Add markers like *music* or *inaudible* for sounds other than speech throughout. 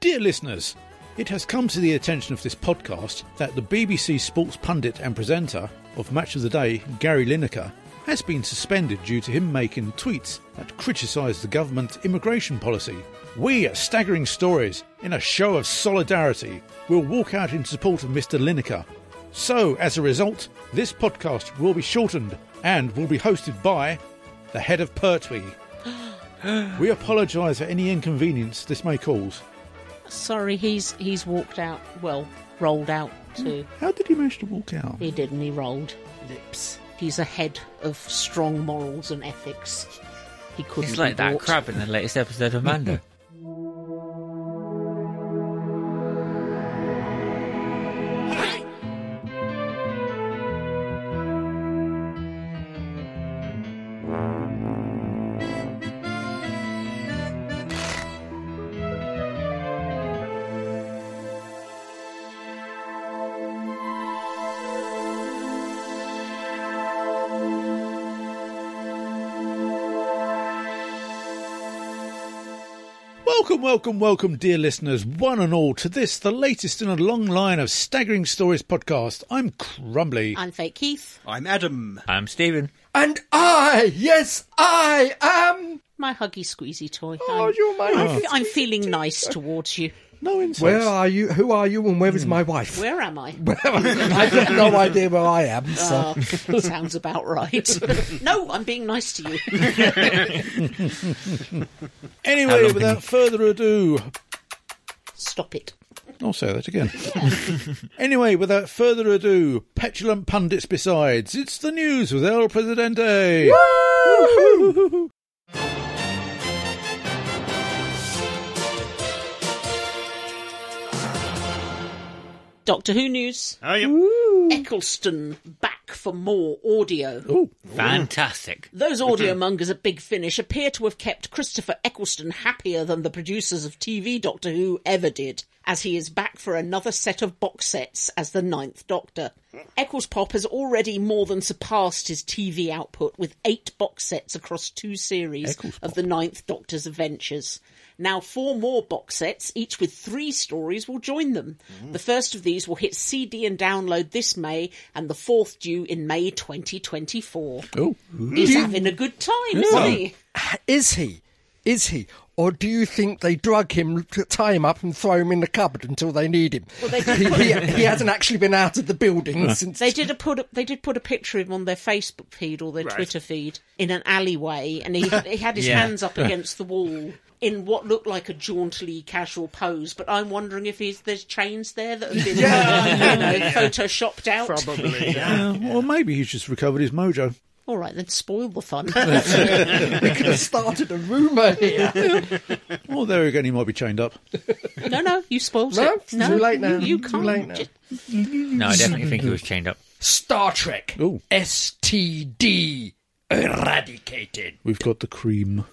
Dear listeners, it has come to the attention of this podcast that the BBC sports pundit and presenter of Match of the Day, Gary Lineker, has been suspended due to him making tweets that criticise the government's immigration policy. We at Staggering Stories, in a show of solidarity, will walk out in support of Mr. Lineker. So, as a result, this podcast will be shortened and will be hosted by the head of Pertwee. *gasps* we apologise for any inconvenience this may cause. Sorry, he's he's walked out. Well, rolled out too. How did he manage to walk out? He didn't. He rolled. Lips. He's a head of strong morals and ethics. He couldn't. It's be like that bought. crab in the latest episode of Mando. Welcome, welcome, welcome, dear listeners, one and all, to this, the latest in a long line of staggering stories podcast. I'm Crumbly. I'm fake Keith. I'm *laughs* Adam. I'm Stephen. And I, yes, I am. My huggy squeezy toy. Oh, I'm, you're my. I'm, I'm feeling nice towards you. no insults. Where are you? Who are you? And where is my wife? Where am I? *laughs* I've got no idea where I am. So. Ah, sounds about *laughs* right. no, I'm being nice to you. anyway, without further ado, Stop it. I'll say that again. anyway, without further ado, petulant pundits besides, it's the news with El Presidente. Woo-hoo-hoo-hoo. Doctor Who news. Oh, I Eccleston back for more audio. Fantastic. Those audio mongers at Big Finish appear to have kept Christopher Eccleston happier than the producers of TV Doctor Who ever did, as he is back for another set of box sets as the Ninth Doctor. Eccles Pop has already more than surpassed his TV output with eight box sets across two series of the Ninth Doctor's adventures. Now, four more box sets, each with three stories, will join them. The first of these will hit CD and download this May, and the fourth due in May 2024. Oh, He's having a good time, isn't he? Is he? Is he? Or do you think they drug him, tie him up, and throw him in the cupboard until they need him? *laughs* they did he, he, he hasn't actually been out of the building since. They did a put. A, they did put a picture of him on their Facebook feed or their Twitter feed in an alleyway, and *laughs* he he had his Yeah. hands up against the wall in what looked like a jauntily casual pose. But I'm wondering if he's, there's chains there that have been uh, you know, photoshopped out. Probably. uh, well, maybe he's just recovered his mojo. *laughs* All right, then spoil the *laughs* fun. We could have started a rumour here. Well, there again, he might be chained up. no, no, you spoiled No, it. it's too late now. You, you Too can't. late now. just- No, I definitely think he was chained up. Star Trek. Ooh. STD eradicated. We've got the cream.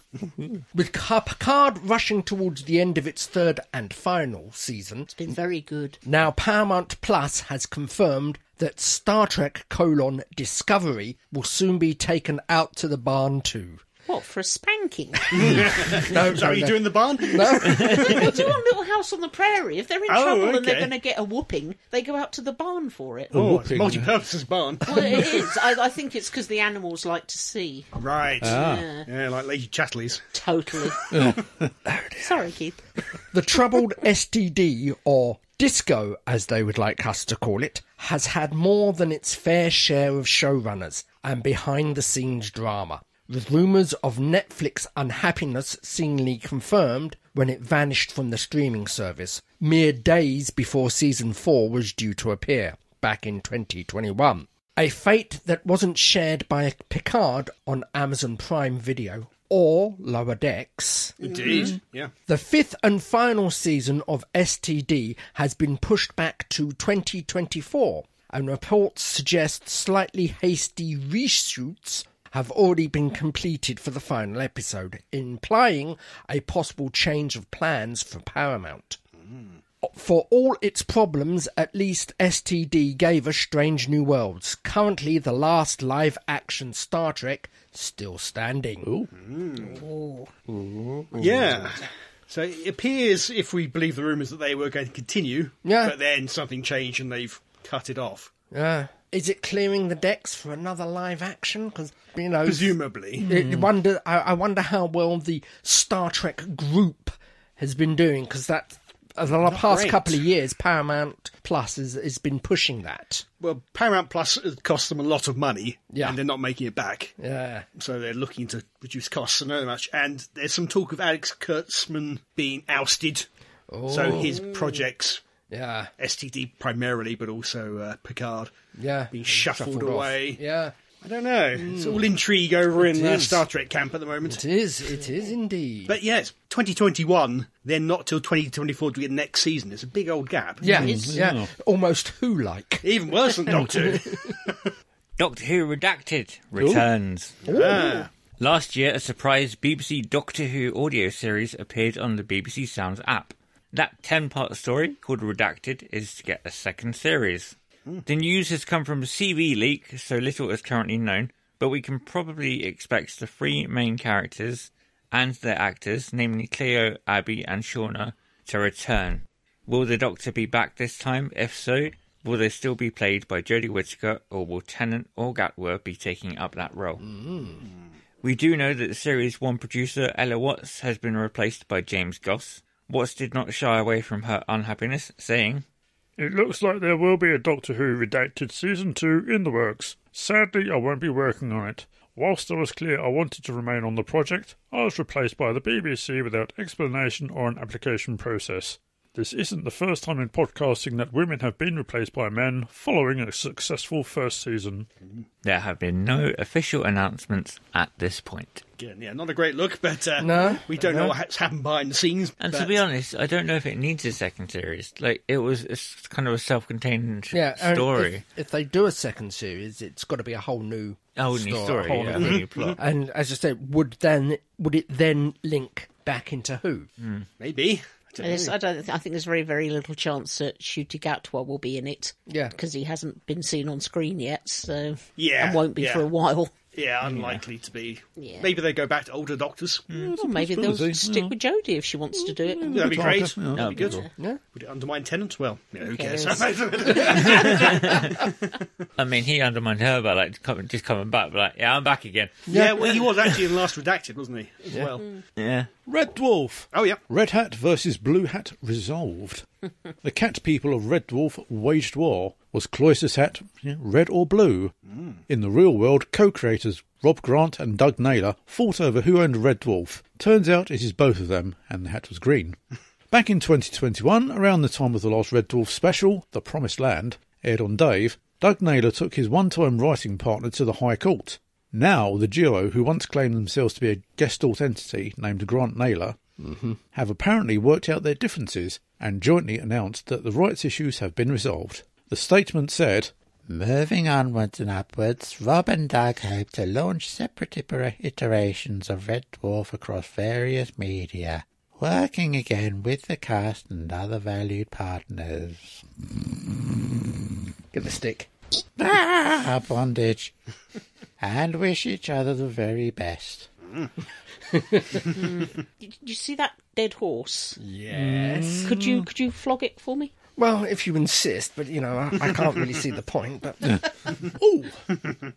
With Car- Picard rushing towards the end of its third and final season, been very good. now Paramount Plus has confirmed that Star Trek colon Discovery will soon be taken out to the barn too. What for a *laughs* spanking? No, Is that what you do in the barn? they do on Little House on the Prairie. If they're in Oh, trouble and they're okay. going to get a whooping, they go out to the barn for it. Oh, it's Whooping. a multi-purpose barn. Well, it is. I, I think it's because the animals like to see. right. Ah. Yeah, Yeah, like Lady Chatterley's. totally. Sorry, Keith. The troubled STD, or disco as they would like us to call it, has had more than its fair share of showrunners and behind the scenes drama, with rumours of Netflix unhappiness seemingly confirmed when it vanished from the streaming service mere days before season 4 was due to appear back in 2021. A fate that wasn't shared by Picard on Amazon Prime Video or Lower Decks. Indeed. Mm. Yeah. The fifth and final season of STD has been pushed back to 2024, and reports suggest slightly hasty reshoots have already been completed for the final episode, implying a possible change of plans for Paramount. For all its problems, at least STD gave us Strange New Worlds, currently the last live action Star Trek still standing. Yeah. So it appears, if we believe the rumours, that they were going to continue. Yeah. But then something changed and they've cut it off. Yeah. Is it clearing the decks for another live action? Because you know, Presumably. It- wonder, I, I wonder how well the Star Trek group has been doing because that over the past great. couple of years, Paramount Plus has, has been pushing that. Well, Paramount Plus cost them a lot of money. Yeah. And they're not making it back. Yeah, So they're looking to reduce costs and so much. And there's some talk of Alex Kurtzman being ousted. So Oh. his projects, yeah, STD primarily, but also uh, Picard, yeah. being shuffled, off. away. Mm. Yeah, I don't know. It's all intrigue over in uh, is. Star Trek camp at the moment. it is. It is indeed. But yes, 2021, then not till 2024 to get next season. It's a big old gap. yeah, is. yeah. Almost who like? Even worse *laughs* than Doctor Who. Doctor Who Redacted returns. Ah. Last year, a surprise BBC Doctor Who audio series appeared on the BBC Sounds app. That 10 part story, called Redacted, is to get a second series. The news has come from a CV leak, so little is currently known, but we can probably expect the three main characters and their actors, namely Cleo, Abby, and Shauna, to return. Will the Doctor be back this time? If so, will they still be played by Jodie Whittaker, or will Tennant or Gatwa be taking up that role? We do know that the Series 1 producer Ella Watts has been replaced by James Goss. Watts did not shy away from her unhappiness, saying, It looks like there will be a Doctor Who Redacted Season 2 in the works. Sadly, I won't be working on it. Whilst I was clear I wanted to remain on the project, I was replaced by the BBC without explanation or an application process. This isn't the first time in podcasting that women have been replaced by men following a successful first season. There have been no official announcements at this point. Again, yeah, not a great look, but uh, No, we don't no. know what's happened behind the scenes. And to but be honest, I don't know if it needs a second series. Like, it was a s kind of a self contained Yeah, and story. If, if they do a second series, it's got to be a whole new, A whole new story, whole yeah, new- a *laughs* whole new plot. And as I said, would then would it then link back into who? maybe. I don't There's- know. I don't. think- I think there's very, very little chance that Shuti Gatwa will be in it. Yeah. because he hasn't been seen on screen yet, so Yeah, and won't be yeah. for a while. Yeah, unlikely to be. Yeah. Maybe they go back to older doctors. Mm. Or maybe they'll stick with Jodie if she wants to do it. That'd be great. Yeah. That'd be That'd good. be Would it undermine tenants? Well, yeah, who cares? *laughs* *laughs* I mean, he undermined her by like coming, just coming back, but like, yeah, I'm back again. yeah, well, he was actually in Last Redacted, wasn't he? As well. Yeah. Red Dwarf. Oh, yeah. Red Hat versus Blue Hat resolved. the cat people of Red Dwarf waged war. Was Cloyster's hat yeah, red or blue? In the real world, co creators Rob Grant and Doug Naylor fought over who owned Red Dwarf. Turns out it is both of them, and the hat was green. Back in 2021, around the time of the last Red Dwarf special, The Promised Land, aired on Dave, Doug Naylor took his one time writing partner to the High Court. Now, the duo, who once claimed themselves to be a guest author entity named Grant Naylor, have apparently worked out their differences and jointly announced that the rights issues have been resolved. The statement said, Moving onwards and upwards, Rob and Doug hope to launch separate iter- iterations of Red Dwarf across various media, working again with the cast and other valued partners. Get the stick. Ah, bondage! and wish each other the very best. Did you see that dead horse? Mm. Yes. Could you could you flog it for me? Well, if you insist, but you know, I, I can't really see the point. But Ooh,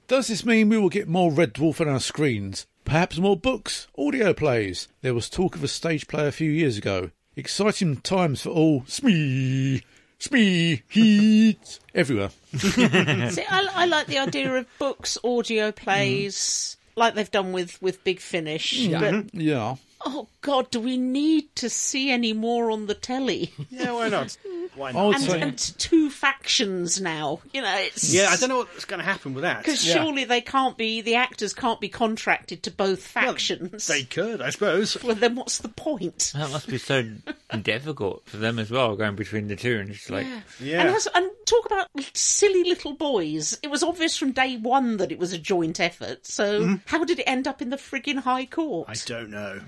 does this mean we will get more Red Dwarf on our screens? Perhaps more books, audio plays? There was talk of a stage play a few years ago. Exciting times for all. Smee, smee, heat. Everywhere. See, I, I like the idea of books, audio plays, like they've done with with Big Finish. But Yeah. oh god, do we need to see any more on the telly? Yeah, why not? *laughs* Why I not? would And, say. and two factions now. You know, it's Yeah, I don't know what's going to happen with that. Because surely they can't be the actors can't be contracted to both factions. They could, I suppose. Well, then what's the point? That must be so difficult for them as well, going between the two and just like, Yeah. And, has, and talk about silly little boys. It was obvious from day one that it was a joint effort. Mm-hmm. So how did it end up in the friggin' High Court? I don't know.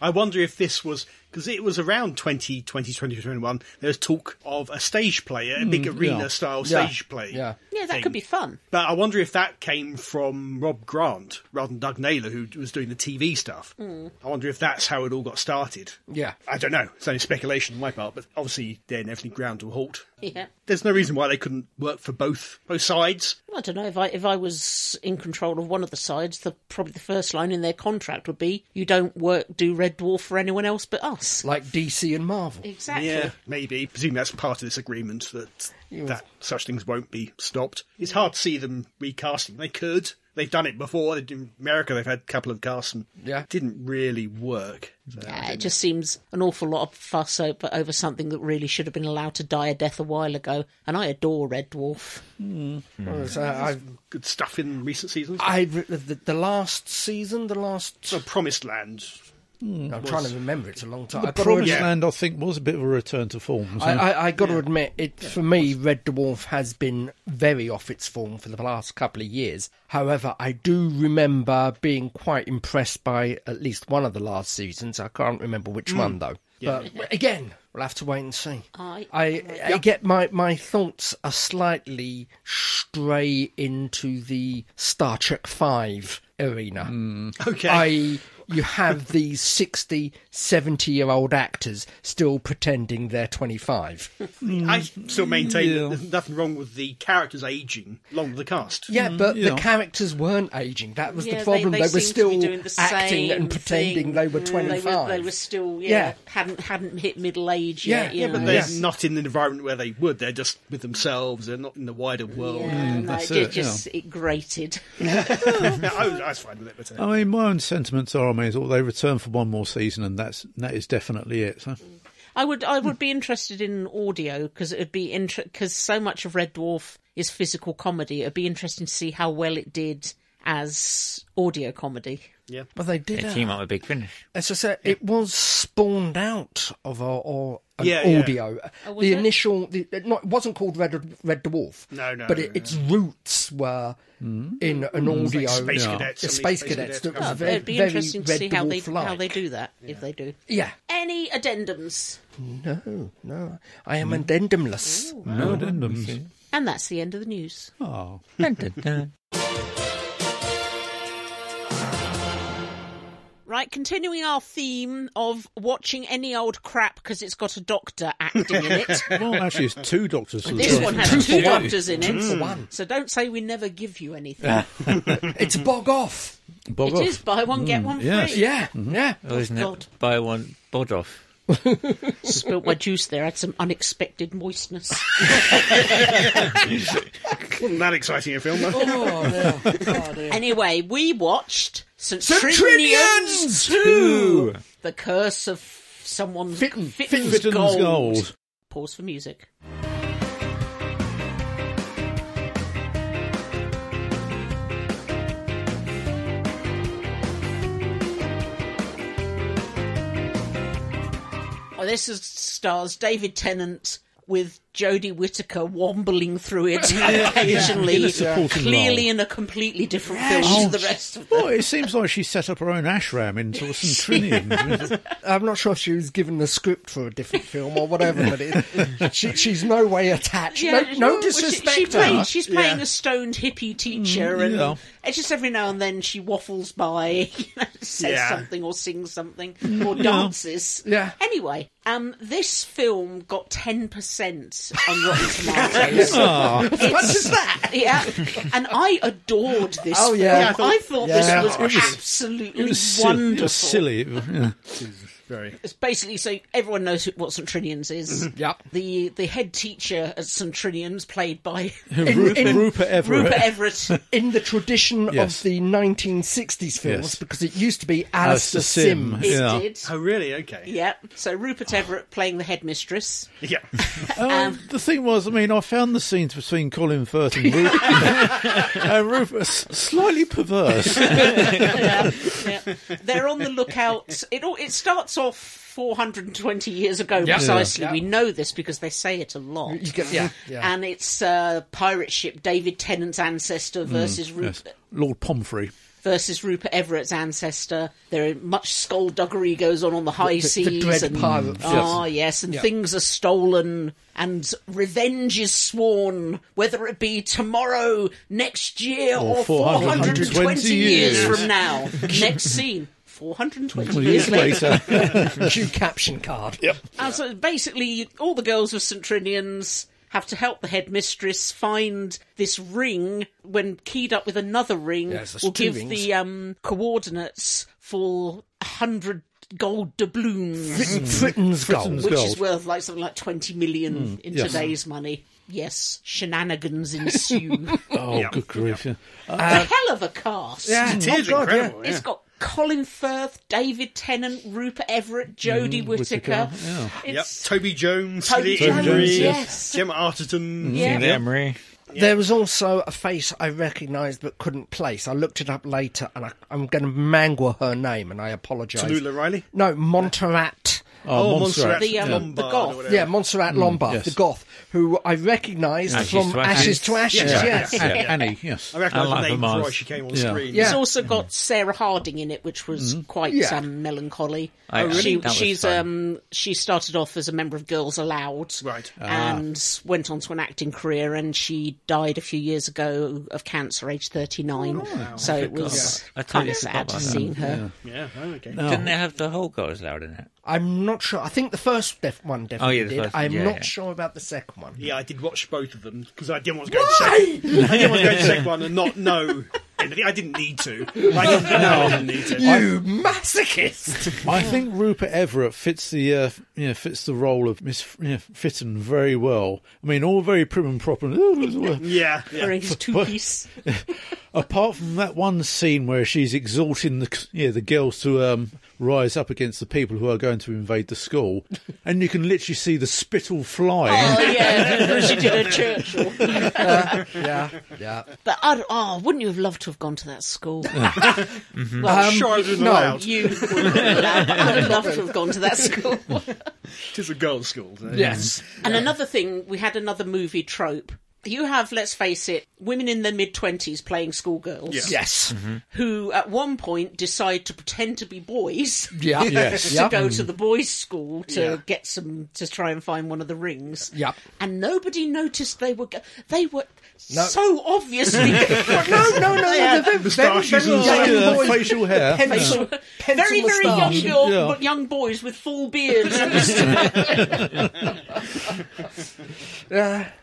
I wonder if this was because it was around 2020, 2021, there was talk of a stage play, a big arena style Yeah. stage play. Yeah. Yeah, that thing. could be fun. *laughs* But I wonder if that came from Rob Grant rather than Doug Naylor, who was doing the TV stuff. I wonder if that's how it all got started. Yeah. I don't know. It's only speculation on my part, but obviously then everything ground to a halt. Yeah. There's no reason why they couldn't work for both both sides. I don't know if I if I was in control of one of the sides, the probably the first line in their contract would be you don't work do Red Dwarf for anyone else but us. Like DC and Marvel. Exactly. Yeah, maybe. Presumably that's part of this agreement that that such things won't be stopped. It's hard to see them recasting. They could. They've done it before. In America, they've had a couple of casts and Yeah. didn't really work. So Yeah, it just seems an awful lot of fuss over, over something that really should have been allowed to die a death a while ago. And I adore Red Dwarf. So I, good stuff in recent seasons. I re- the, the last season, the last. So Promised Land. I'm trying to remember. It's a long time. I've got to Promised admit- yeah. Land, I think, was a bit of a return to form. wasn't I, it? I, I got to admit, it for me, Red Dwarf has been very off its form for the last couple of years. However, I do remember being quite impressed by at least one of the last seasons. I can't remember which one though. But again, we'll have to wait and see. I- I, I get my, my thoughts are slightly stray into the Star Trek Five arena. Okay. I E, you have these 60, 70 year old actors still pretending they're *laughs* 25. I still maintain yeah. that there's nothing wrong with the characters aging along with the cast. Yeah, but yeah. the characters weren't aging. That was Yeah, the they- problem. They, They, were seem to be still doing the acting same and pretending thing. they were Mm, 25. They were, they were still, yeah, Yeah. hadn't hadn't hit middle age Yeah, yet. yeah, you but know. They're Yes. not in an environment where they would. They're just with themselves. They're not in the wider world. Yeah, and that's I- it, it, just it grated. *laughs* No, I, was, I was fine with it. But, uh, I mean, my own sentiments are, I mean, well, they return for one more season, and that's that is definitely it. So. I would I would be interested in audio because it would be because so much of Red Dwarf is physical comedy. It'd be interesting to see how well it did as audio comedy. But they did. It uh, came out with Big *laughs* Finish. As I said, it was spawned out of a, or an Yeah, yeah. audio. Oh, was the it? initial, the, it not, it wasn't called Red Red Dwarf. No, no, But it, no. Mm. its roots were in an audio. Space Yeah. Cadets. I The mean, Space Cadets, that was comes Oh, up. very- it'd be very interesting to Red see how they Dwarf-like. how they do that if they do. Yeah. Any addendums? No, no. I Hmm? am addendumless. No addendums. And that's the end of the news. Oh. Right, continuing our theme of watching any old crap because it's got a doctor acting in it. *laughs* Well, actually, it's two doctors. for the This first one time. has two doctors in it. one. So don't say we never give you anything. It's bog off. Bog It off. is buy one, get one yes. free. Mm. Yeah, Mm-hmm. yeah. Oh, isn't God. it? Buy one, bod off. Spilt my juice there, had some unexpected moistness. Wasn't that exciting a film? though? Oh, *laughs* Anyway, we watched St. Centurions Trinian's 2 The Curse of Someone's Fitton- Fitton's Fitton's Gold. Gold. Pause for music. Oh, this is stars David Tennant with Jodie Whittaker wombling through it occasionally, In a supporting clearly role. in a completely different film to the rest of them. Well, it seems like she set up her own ashram in sort of Centrinium. I'm not sure if she was given the script for a different film or whatever, *laughs* but it, she, she's no way attached. Yeah, no, no well, she- disrespect She, to her. played, she's playing a stoned hippie teacher, and yeah. it's just every now and then she waffles by, *laughs* you know, says Yeah. something or sings something or dances. Yeah. Anyway, um, this film got ten percent on Rotten Tomatoes. What is that? yeah, and I adored this. Oh, film. I yeah. Yeah, thought- I thought Yeah. this It was was- it absolutely was silly. It wonderful. was silly. It was- yeah. Very. It's basically so everyone knows who, what St Trinian's is. Yep. The the head teacher at St Trinian's, played by Ru- in- Rupert Everett. Rupert Everett. In the tradition Yes. of the 1960s films, Yes. because it used to be Alistair Alistair Sim. Sim. It Yeah. did. *laughs* Oh, really? Okay. Yep. So Rupert Everett playing the headmistress. Yeah. Um, the thing was, I mean, I found the scenes between Colin Firth and Rupert, *laughs* and Rupert s- slightly perverse. Yeah. They're on the lookout. It all, it starts off 420 years ago precisely. Yeah. We know this because they say it a lot. You get- yeah, yeah. And it's uh, pirate ship David Tennant's ancestor versus Rupert. Yes. Lord Pomfrey. versus Rupert Everett's ancestor. There are much skullduggery goes on on the high the seas. dread and, pirate Ah, yes, and Yeah. things are stolen, and revenge is sworn, whether it be tomorrow, next year, Or or, 420 420, years. years. from now. next scene. 420 Years years later. later, Cue caption card. Uh, so basically, all the girls of St. Trinian's have to help the headmistress find this ring when keyed up with another ring Yes, there's will two give rings. the um, coordinates for a hundred gold doubloons, Mm. Fritton's goal. Fritton's- which is gold. worth like something like 20 million in yes. today's money. Yes, shenanigans ensue. oh, good grief! yeah. a hell of a cast. *laughs* It Oh, is God, yeah. incredible. It's yeah. got Colin Firth, David Tennant, Rupert Everett, Jodie Whittaker. Whittaker, yeah. Yep. It's Toby Jones, Toby Lee Jones, Emery, yes. Gemma Arterton. Yeah. Lee Emery. There was also a face I recognised but couldn't place. I looked it up later, and I, I'm going to mangle her name, and I apologise. Tallulah Riley. No, Montserrat. Oh, Montserrat. The, um, Lombard the or goth. whatever. Yeah, Montserrat Lombard, yes. the Goth, who I recognised Ashes from to Ashes. Ashes to Ashes. Yeah. Yes. A- Annie, yes. I recognise I the like name the Mars. before she came on Yeah. screen. Yeah. It's also Mm-hmm. got Sarah Harding in it, which was quite Yeah. um, melancholy. I- I she think that was she's fun. um she started off as a member of Girls Aloud, Right. and went on to an acting career, and she died a few years ago of cancer, age thirty nine. so it was about- Oh, I kind totally of forgot sad about seeing her. Yeah, oh, okay. Didn't they have the whole girls loud in it? I'm not sure. I think the first def- one definitely yeah, the did. first one, I'm yeah, not yeah. sure about the second one. Yeah, I did watch both of them because I didn't want to go to second. I didn't want to go to second one and not know. anything. I didn't need to. I didn't, no, I didn't need to. You masochist! I think Rupert Everett fits the uh, you know, fits the role of Miss you know, Fitton very well. I mean, all very prim and proper. *laughs* yeah, yeah. Wearing his two piece. Apart from that one scene where she's exhorting the yeah, the girls to um, rise up against the people who are going to invade the school, and you can literally see the spittle flying. *laughs* Oh *laughs* yeah, she did a Churchill. yeah, yeah. But I'd, oh, wouldn't you have loved to have gone to that school? I'm Well, Um, sure I was no. allowed. you would have loved- I'd have loved to have gone to that school. It is a girls' school. so- Yes. And another thing, we had another movie trope. You have, let's face it, women in their mid 20s playing schoolgirls Yeah. Yes. who at one point decide to pretend to be boys *laughs* Yeah. Yes. to Yeah. go to the boys' school to Yeah. get some, to try and find one of the rings. Yep. And nobody noticed they were, go- they were No. so obviously. *laughs* No, no, no, no. They're very, very, Moustaches very and Like, young uh, boys. facial hair. Pencil, pencil very, very young, moustache. girl, Yeah. but young boys with full *laughs* *laughs* beards.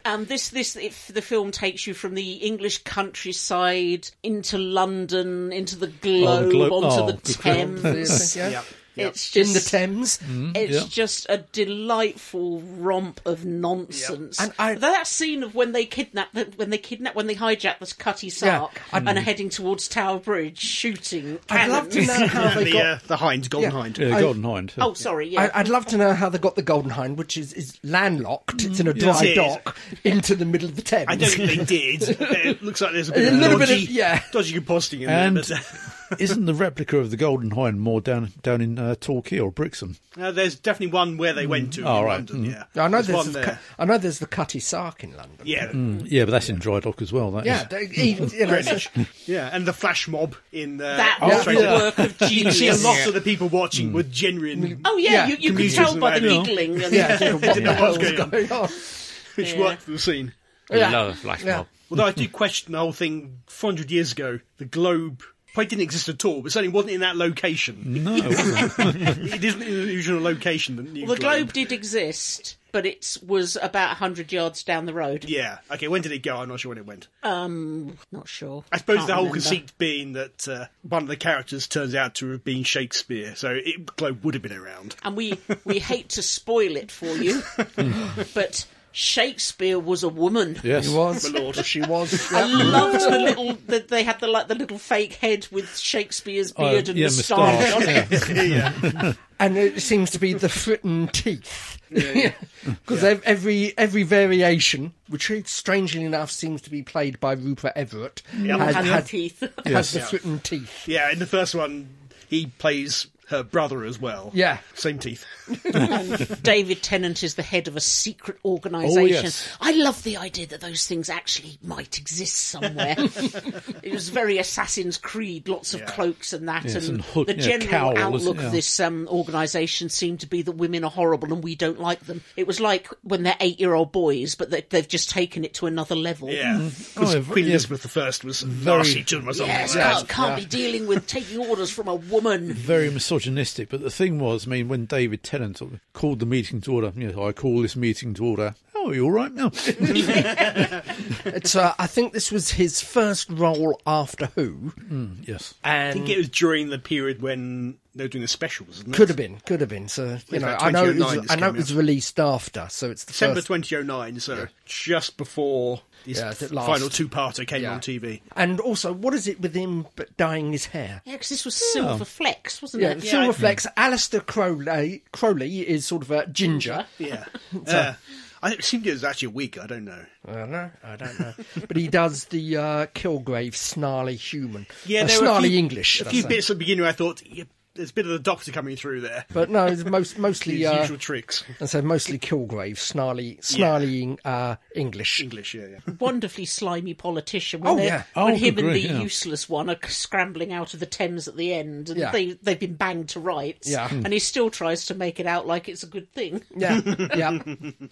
um, this, this, if the film takes you from the English countryside into London, into the globe, globe. onto Oh, the good Thames. Mm. Yeah. Yeah. It's In the just, Thames. it's yeah. just a delightful romp of nonsense. And I- that scene of when they kidnap, the, when they kidnap, when they hijack this Cutty Sark I'd- and are heading towards Tower Bridge, shooting. I'd love to cannons. know how And they the, got uh, the Hind, Golden Yeah. Hind. Yeah, I- Golden Hind. Oh, sorry. Yeah. I, I'd love to know how they got the Golden Hind, which is, is landlocked. It's in a dry Yes, it is. dock into the middle of the Thames. I don't think they did. It looks like there's a, A bit little of, bit of- dodgy, yeah. dodgy composting in And- there. But, uh, Isn't the replica of the Golden Hind more down down in uh, Torquay or Brixham? Uh, there's definitely one where they went to Oh, in right. London. Yeah, I know There's there's, one the, there. Cu- I know there's the Cutty Sark in London. yeah, *laughs* Yeah, but that's in dry dock as well. That Yeah, is. they- even, you know, it's- yeah, and the flash mob in uh, that Australia. was the yeah. work of You see a genius. lot of the people watching were genuine, Oh yeah, Yeah, you, you could comedians tell and by the writers. giggling. And yeah, *laughs* you know, what Didn't the know what was hell's going going on? *laughs* which Yeah. worked for the scene. Yeah. Love Flash Yeah. Mob. Although I do question the whole thing. 400 years ago, the globe probably didn't exist at all, but certainly wasn't in that location. *laughs* No, it wasn't. it isn't in the usual location. The, new Well, the globe did exist, but it was about hundred yards down the road. Um, Yeah. Okay. When did it go? I'm not sure when it went. Not sure. I suppose Can't the whole remember. conceit being that uh, one of the characters turns out to have been Shakespeare, so it, globe would have been around. And we we hate to spoil it for *laughs* you, but Shakespeare was a woman. yes, He was. My lord. *laughs* She was. I yeah. loved the little that they had the like the little fake head with Shakespeare's Oh, beard and yeah, moustache. moustache, yeah. and it seems to be the fritten teeth. *laughs* Because every every variation, which strangely enough seems to be played by Rupert Everett, Yeah. has, And the had, teeth. *laughs* yes. has the fritten teeth. Yeah, in the first one, he plays her brother as well. Yeah. Same *laughs* teeth. David Tennant is the head of a secret organisation. Oh, yes. I love the idea that those things actually might exist *laughs* somewhere. it was very Assassin's Creed, lots of Yeah. cloaks and that, Yes, and, and hood- the yeah, general cowl, isn't it? outlook Yeah. of this um, organisation seemed to be that women are horrible and we don't like them. It was like when they're eight-year-old boys, but they, they've just taken it to another level. Yeah. Mm. 'Cause Oh, Queen yeah. Elizabeth I was nasty to them or something. Yes, like that. can't, can't be dealing with taking orders from a woman. very misogynistic. But the thing was, I mean, when David Tennant sort of called the meeting to order, you know, I call this meeting to order. Oh, are you all right *laughs* now? It's, uh, I think this was his first role after Who, yes. I and think it was during the period when they were doing the specials, wasn't it? could have been, could have been. So you In know, fact, I know it 2009 was, this I know came it was out. released after, so it's the December first. 2009, so just before this Yeah, the last- final two-parter came Yeah. on *laughs* TV. And also, what is it with him but dyeing his hair? Yeah, because this was silver flex, wasn't Yeah, it? Silver Flex. Alistair Crowley, Crowley is sort of a ginger. Yeah. uh, I think it seemed it was actually a week, I don't know. I don't know. I don't know. but he does the uh, Kilgrave snarly human. Yeah, Uh, there were a snarly few- English. A few that's it. bits at the beginning I thought, yeah, there's a bit of the Doctor coming through there. But no, it's most *laughs* mostly. His Uh, usual tricks. and so mostly Kilgrave, snarly, snarly uh, *laughs* English. English, yeah, yeah. wonderfully slimy politician. When Oh, they're- yeah. when Oh, him good and the grief, yeah. useless one are scrambling out of the Thames at the end, and Yeah. they they've been banged to rights. Yeah. and he still tries to make it out like it's a good thing. Yeah, yeah.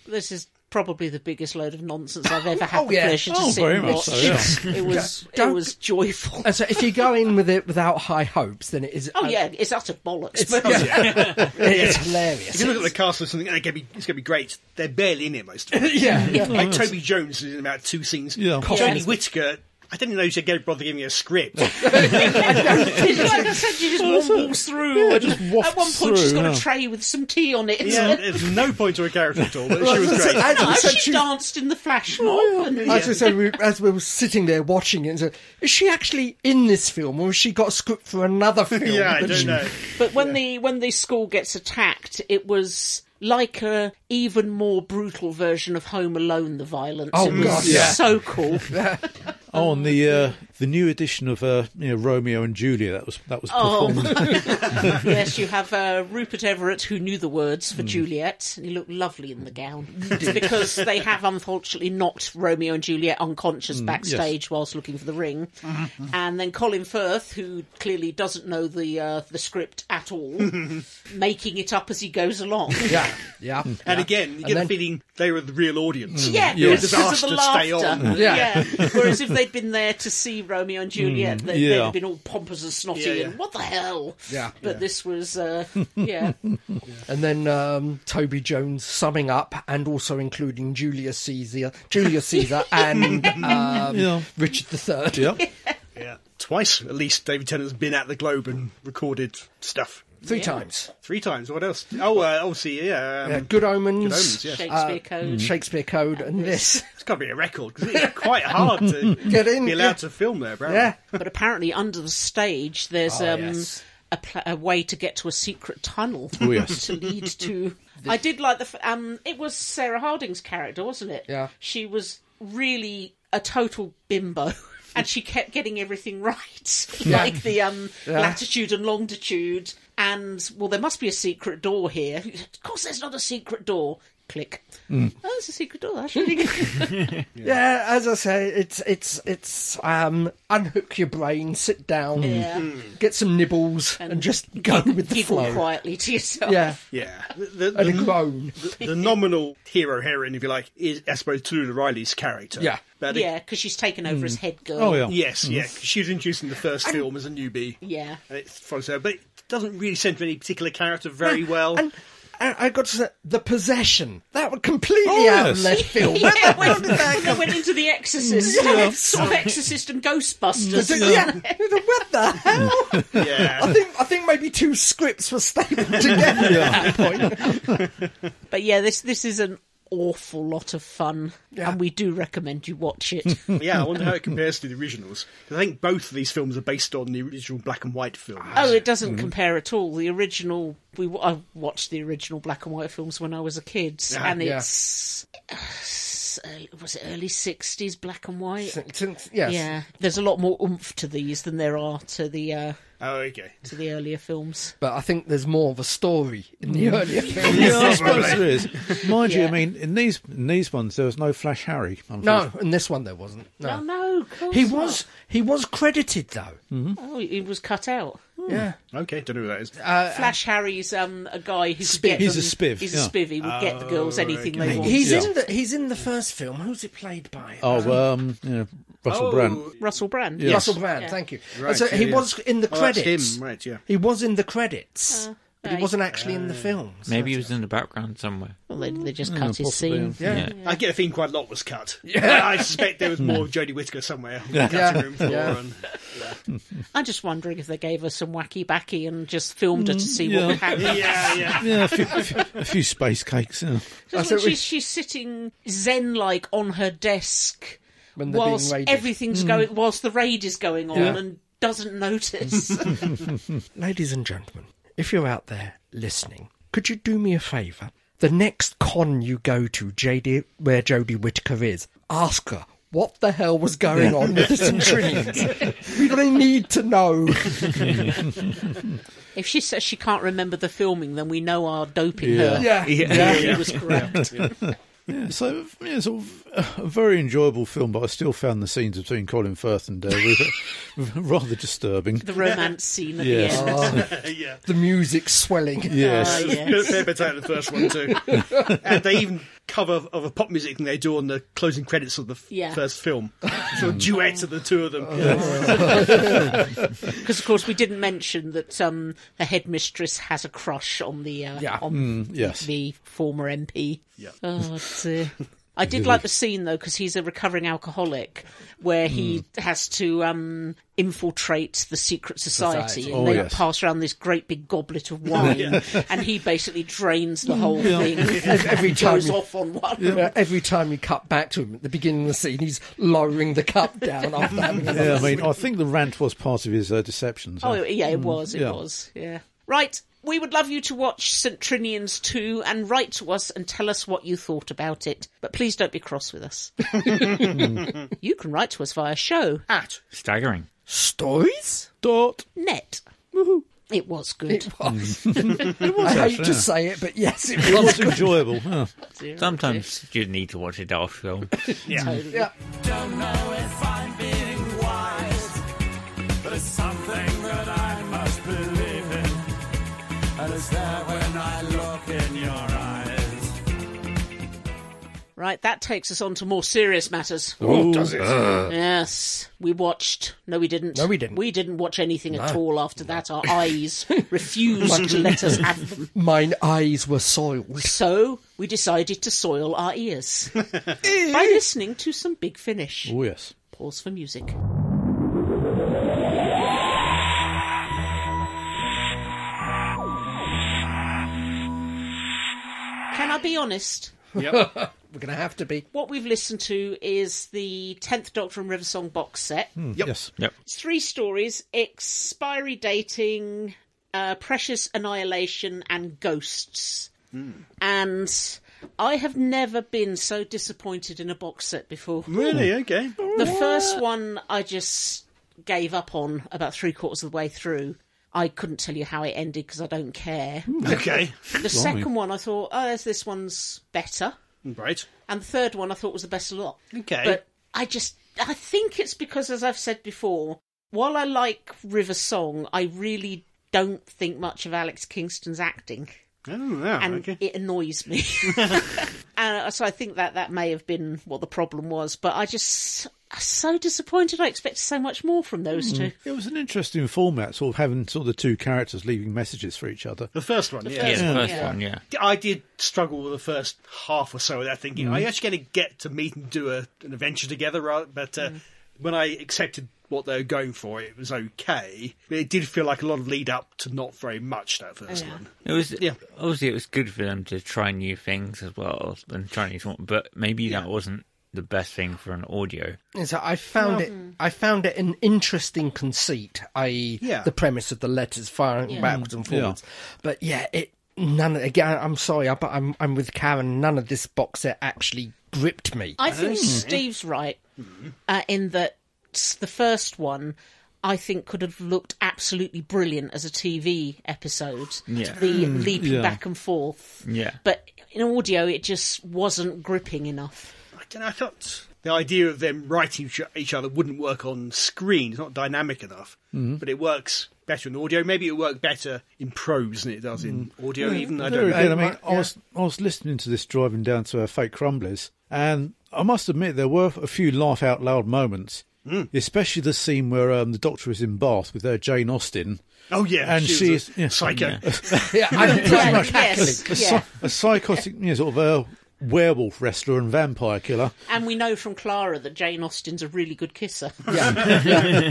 This is probably the biggest load of nonsense I've ever had Oh, the yeah. pleasure to Oh, sit very and much watch. so, yeah. It was it Don't- was *laughs* joyful. And so if you go in with it without high hopes, then it is. uh, Oh yeah, it's utter bollocks. *laughs* it's, but- *laughs* it's If hilarious. you look at the cast of something, it's going to be great. They're barely in it most of the time. Yeah, Like Toby Jones is in about two scenes. Yeah. Jodie Yeah. Whittaker, I didn't know she'd get bother giving me a *laughs* script. like I said, Oh, she just wobbles through. Yeah, and just at one point, wafts she's got through, a yeah. tray with some tea on it. *laughs* yeah, there's no point to her character at all, but she was So great. as No, we said, she she- danced in the flash mob. and- As we said, we, as we were sitting there watching it, and said, is she actually in this film, or has she got a script *laughs* for another film? *laughs* Yeah, I But don't she- know. But when the when the school gets attacked, it was like a even more brutal version of Home Alone. The violence. Oh, it was God, yeah. so *laughs* cool. Oh, and the uh, the new edition of uh, you know, Romeo and Julia that was that was Oh. *laughs* performed. yes, you have uh, Rupert Everett who knew the words Hmm. for Juliet, and he looked lovely in the gown because they have unfortunately knocked Romeo and Juliet unconscious Hmm, backstage whilst looking for the ring, Uh-huh. and then Colin Firth, who clearly doesn't know the uh, the script at *laughs* all, making it up as he goes along. Yeah, yeah. And again, you get then- the feeling they were the real audience. Yeah, Yeah. because Just of the asked to laughter. stay on. Yeah. Yeah. *laughs* Whereas if they'd been there to see Romeo and Juliet, they, yeah. they'd have been all pompous and snotty Mm. Yeah, yeah. and what the hell. Yeah. But this was, uh, *laughs* yeah, And then um, Toby Jones summing up, and also including Julius Caesar, *laughs* Julius Caesar, and um, Yeah. Richard the *laughs* Third. yeah. Yeah. Twice, at least, David Tennant's been at the Globe and recorded stuff. Three times. Three times. What else? Oh, uh, obviously, yeah. Um, Yeah, Good Omens, uh, Good Omens, yeah. Shakespeare Code. Shakespeare Code, and this. It's got to be a record because it's quite hard to *laughs* Get in, be allowed yeah. to film there, apparently. Yeah. But apparently, under the stage, there's Oh, um, yes. a, pl- a way to get to a secret tunnel Oh, yes. *laughs* to lead *laughs* to. I did like the. F- um, it was Sarah Harding's character, wasn't it? Yeah. She was really a total bimbo. *laughs* And she kept getting everything right, *laughs* like the um, latitude and longitude. And well, there must be a secret door here. Of course, there's not a secret door. Click. Hmm. Oh, there's a secret door. Actually, Yeah, as I say, it's it's it's um, unhook your brain, sit down, Yeah. Mm. get some nibbles, and, just go *laughs* with the giggle flow. quietly to yourself. Yeah, Yeah. The, the, and a Mm. the- groan. the nominal hero heroine, if you like, is, I suppose, Tallulah Riley's character. Yeah. Mm. But it- yeah, because she's taken over as head girl. Oh yeah. yes, yeah. 'cause She was introduced in the first film as a newbie. *laughs* Yeah. And it follows her, but it doesn't really center any particular character very well. And I I got to say, the possession that was completely Oh, out of yes. *laughs* left field. yeah, when, when they went into the Exorcist, Yeah. *laughs* sort of Exorcist and Ghostbusters. Yeah, what the hell? Mm. yeah. *laughs* I think I think maybe two scripts *laughs* were stapled together at that point. But yeah, this this is an awful lot of fun, Yeah. and we do recommend you watch *laughs* it. yeah, I wonder how it compares to the originals. 'Cause I think both of these films are based on the original black and white films. Ah. oh, it doesn't Mm-hmm. compare at all. The original, we w- I watched the original black and white films when I was a kid, and yeah. it's. It's uh, early, was it early sixties black and white? Since, since- yes. Yeah, there's a lot more oomph to these than there are to the uh, Oh, okay. to the earlier films. But I think there's more of a story in Mm. the earlier films. Yeah, I suppose there is. *laughs* Mind you, I Yeah. mean, in these in these ones, there was no Flash Harry. No, in this one there wasn't. Oh No. no, of course He not. was he was credited though. Mm. Oh, he was cut out. Yeah. Okay, don't know who that is. Flash Harry's um, a guy who could Spiv. get He's them- a spiv, He's yeah. a spiv. He would get the Oh, girls anything they wanted. He's Yeah. in the he's in the first film. Who's it played by? Oh, um, yeah, Oh, Oh. Russell Brand. Oh, Russell Brand. Yeah. Russell Brand, Yeah. thank you. Right, so yeah, he yeah. was in the Oh, that's credits. him, right, yeah. He was in the credits, but he Uh, right. wasn't actually in the films. Maybe he was in the background somewhere. Well, they, they just cut his possibly, scene. Yeah. Yeah. I get the feeling quite a lot was cut. Yeah. I suspect there was more of Jodie Whittaker somewhere on the cutting room floor. Yeah. And, I'm just wondering if they gave her some wacky backy and just filmed her Mm, to see yeah. what would happen. yeah, *laughs* yeah. Yeah, a few, a few, a few space cakes. Yeah. Just I when thought we- she's, she's sitting zen like on her desk When they're being whilst raided. Mm. everything's going, whilst the raid is going on Yeah. and doesn't *laughs* notice. Ladies and gentlemen, if you're out there listening, could you do me a favour? The next con you go to, JD, where Jodie Whittaker is, ask her what the hell was going on with the Centurions. we really need to know. if she says she can't remember the filming, then we know our doping her. Yeah. He was correct. Yeah, so yeah, sort of uh, a very enjoyable film, but I still found the scenes between Colin Firth and uh, Rupert *laughs* rather disturbing. The romance scene at Yes. the end. yeah. The music swelling. Yes, Fair- Fair bit out of the first one too, and they even cover of a pop music thing they do on the closing credits of the f- Yeah. first film. So a duet of the two of them. Because of course we didn't mention that um, the headmistress has a crush on the uh, Yeah. Hmm. on yes. the former MP. Yeah. *laughs* Oh dear. I did like the scene though because he's a recovering alcoholic, where he Hmm. has to um, infiltrate the secret society, Society. and Oh, they yes. pass around this great big goblet *laughs* of wine, and he basically drains the whole thing. Every and time goes you- off on one. Uh, Every time you cut back to him at the beginning of the scene, he's lowering the cup *laughs* down after having another Yeah, I mean, I think the rant was part of his uh, deception. So. Oh, yeah, Mm. it was. It yeah. was. Yeah. Right. We would love you to watch St. Trinians 2 and write to us and tell us what you thought about it. But please don't be cross with *laughs* us. you can write to us via show Ah. At Staggering. stories. Dot. net. It was good. Mm. *laughs* I hate actually, to yeah. say it, but yes, it It was. was enjoyable. yeah. Sometimes you need to watch a dark film. Mm. yeah. Right. That takes us on to more serious matters. Oh, does it? Yes. We watched. No, we didn't. No, we didn't. We didn't watch anything at all after that. Our *laughs* eyes refused to let us have them. Mine eyes were soiled. So we decided to soil our ears by listening to some Big Finish. Oh yes. Pause for music. Can I be honest? We're going to have to be. What we've listened to is the 10th Doctor and Riversong box set. Yes. Yep. It's three stories expiry dating, uh, precious annihilation, and ghosts. And I have never been so disappointed in a box set before. really okay. The first one I just gave up on about three quarters of the way through. I couldn't tell you how it ended because I don't care. Okay, The second one I thought, oh, there's this one's better. right. And the third one I thought was the best of the lot. Okay. But I just, I think it's because, as I've said before, while I like River Song, I really don't think much of Alex Kingston's acting. Oh, wow, And okay. it annoys me. and uh, so I think that that may have been what the problem was. But I just, I'm so disappointed. I expected so much more from those two. It was an interesting format, sort of having sort of the two characters leaving messages for each other. The first one, yeah. Yeah, the first Yeah. one, yeah. I did struggle with the first half or so of that thinking. Mm-hmm. Are you actually going to get to meet and do a, an adventure together? Rather, but Mm. uh, when I accepted what they were going for, it was okay. But it did feel like a lot of lead up to not very much that first Oh, one. It was Yeah. obviously it was good for them to try new things as well and try new things, but maybe that wasn't the best thing for an audio. And so I found it. mm. I found it an interesting conceit, e, i.e., Yeah. the premise of the letters firing backwards and Yeah. forwards. But yeah, it none. Of, again, I'm sorry, I, but I'm I'm with Karen. None of this box set actually gripped me. I think Steve's right Hmm. uh, in that s- the first one, I think, could have looked absolutely brilliant as a TV episode. Yeah. The leaping yeah. back and forth. Yeah. But in audio, it just wasn't gripping enough. I don't know. I thought the idea of them writing each- each other wouldn't work on screen. It's not dynamic enough, Mm-hmm. but it works better in audio. Maybe it worked better in prose than it does in audio. Even I don't Mm. Very know. good. I mean, I was I was listening to this driving down to our fake crumblies, and I must admit there were a few laugh out loud moments, especially the scene where um, the Doctor is in Bath with her Jane Austen, Oh yeah, and she was she's a yeah, psycho. Yeah, *laughs* I'm pretty Yeah, much *laughs* yes, cackling. a, yeah. psy- a psychotic, yeah, sort of a werewolf wrestler and vampire killer. And we know from Clara that Jane Austen's a really good kisser. *laughs* Yeah, yeah.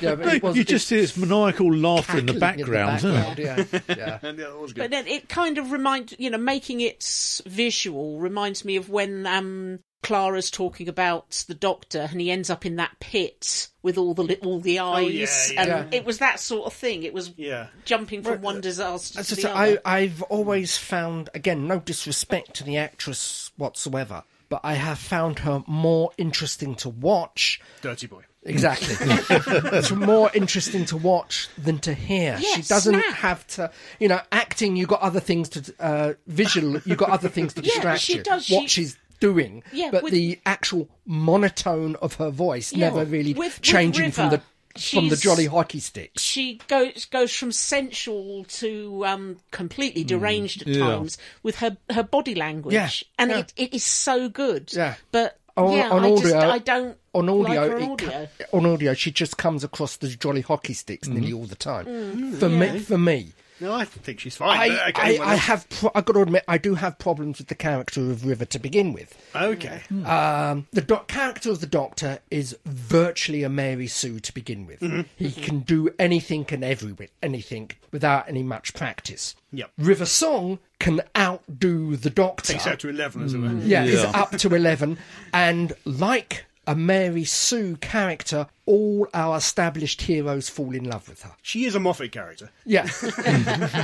yeah but it was, you just hear this maniacal laughter in the cackling background. isn't it? background, *laughs* yeah, yeah. *laughs* And yeah, that was But good. then it kind of reminds, you know, making it s- visual reminds me of when um, Clara's talking about the doctor and he ends up in that pit with all the li- all the Oh, yeah, eyes, yeah. and it was that sort of thing. It was Yeah. jumping from one disaster As to I the say, other. I, I've always found, again, no disrespect to the actress whatsoever, but I have found her more interesting to watch. Dirty boy. Exactly. *laughs* it's more interesting to watch than to hear. Yeah, she doesn't snap. have to, you know, acting. You got other things to uh, visual. You got other things *laughs* to Yeah, distract she you. does, What she- she's doing, Yeah, but with- the actual monotone of her voice Yeah. never really With- with changing from the River, from the she's- jolly hockey stick. she goes goes from sensual to um, Hmm. completely deranged at times with her her body language, Yeah, and yeah. It, it is so good. Yeah. but On- yeah, on I just audio- I don't on audio, like her it audio. co- on audio, she just comes across the jolly hockey sticks nearly Mm-hmm. all the time. Mm. Mm, for me, for me, No, I think she's fine. I, but I, okay, well, I have, pro- I got to admit, I do have problems with the character of River to begin with. okay. Um, the doc- character of the Doctor is virtually a Mary Sue to begin with. He can do anything and every anything without any much practice. Yep. River Song can outdo the Doctor Takes her to eleven, as it were. Hmm. yeah, is Yeah. up to 11. And like a Mary Sue character, all our established heroes fall in love with her. She is a Moffat character. Yeah,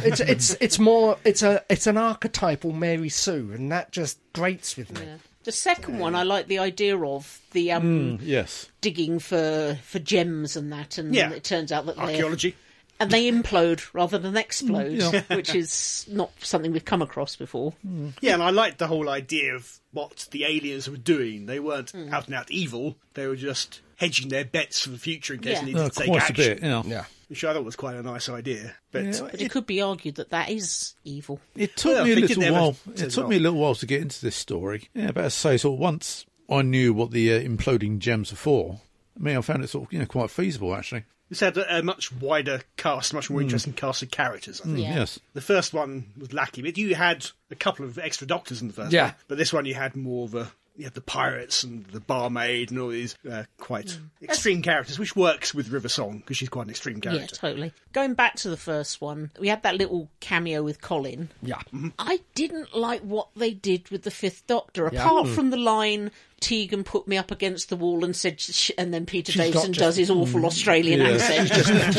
it's it's it's more it's a it's an archetypal Mary Sue, and that just grates with me. The second one, I like the idea of the um, Hmm. Yes. digging for for gems and that, and Yeah. it turns out that they Archaeology. and they implode rather than explode, *laughs* which is not something we've come across before. Yeah, and I liked the whole idea of what the aliens were doing. They weren't Hmm. out and out evil. They were just hedging their bets for the future in case Yeah. they needed No, to take Oh, quite a action. bit. Yeah. Yeah, Which I thought was quite a nice idea. But But it, could be argued that that is evil. It took Yeah, I me a think it little never while. says It took well. me a little while to get into this story. Yeah, but as I say, sort of once I knew what the uh, imploding gems are for, I mean, I found it sort of you know quite feasible actually. this had a, a much wider cast, much Hmm. more interesting cast of characters, I think. Yeah. Yes. The first one was lacking, but you had a couple of extra doctors in the first Yeah. one. But this one you had more of a. You had the pirates and the barmaid and all these uh, quite extreme characters, which works with River Song because she's quite an extreme Yeah, character. totally. Going back to the first one, we had that little cameo with Colin. yeah, I didn't like what they did with the Fifth Doctor, Yeah. apart from the line Tegan put me up against the wall and said, sh- and then Peter She's Davison not does just- his awful Australian Yeah. accent.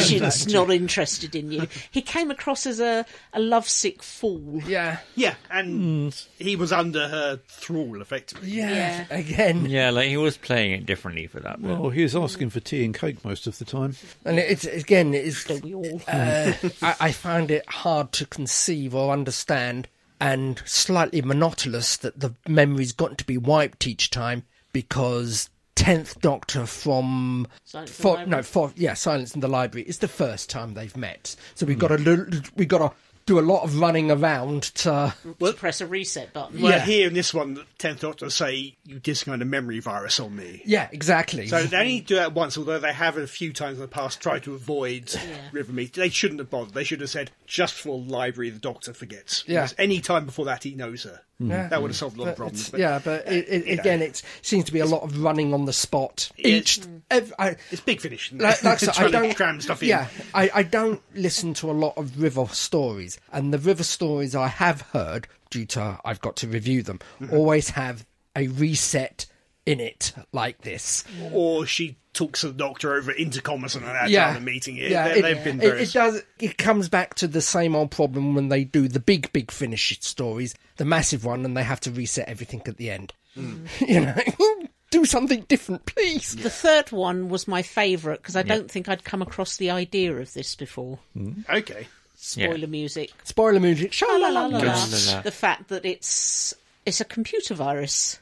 She's not interested in you. He came across as a, a lovesick fool. yeah, Yeah, and he was under her thrall, effectively. Mm. yeah. Again, Yeah, like he was playing it differently for that. Well, Well, he was asking for tea and cake most of the time. and it's again it's So we all. uh, I, I find it hard to conceive or understand, and slightly monotonous that the memory's got to be wiped each time because tenth Doctor from Silence in the for, Library. no for yeah Silence in the Library is the first time they've met, so we've got to lu- we got to do a lot of running around to to press a reset button. Well, Yeah. here in this one, the Tenth Doctor say, you just kind of memory virus on me. yeah exactly *laughs* So they only do that once, although they have a few times in the past tried to avoid River Meet. They shouldn't have bothered. They should have said, just for library, the Doctor forgets. Yeah. Mm-hmm. Because Any time before that, he knows her. That would have solved a lot of But problems. it's- But uh, yeah, but it, it, again, it seems to be a lot of running on the spot. It's- Each, ev I, It's big finish. *laughs* like, like I said, I Trying to don't cram stuff in. Yeah, I, I don't listen to a lot of river stories, and the river stories Mm-hmm. I have heard, due to I've got to review them, always have a reset in it like this. Or she talks to the doctor over intercom or something like that yeah, during the meeting. It- yeah, they, it, they've been it- it, various. does. It comes back to the same old problem when they do the big, big finish stories, the massive one, and they have to reset everything at the end. Mm. *laughs* You know, do something different, please. The third one was my favourite because I don't think I'd come across the idea of this before. okay. Spoiler music. Spoiler music. La, la, Sha-la-la-la. la, la, la. la, la. The fact that it's it's a computer virus,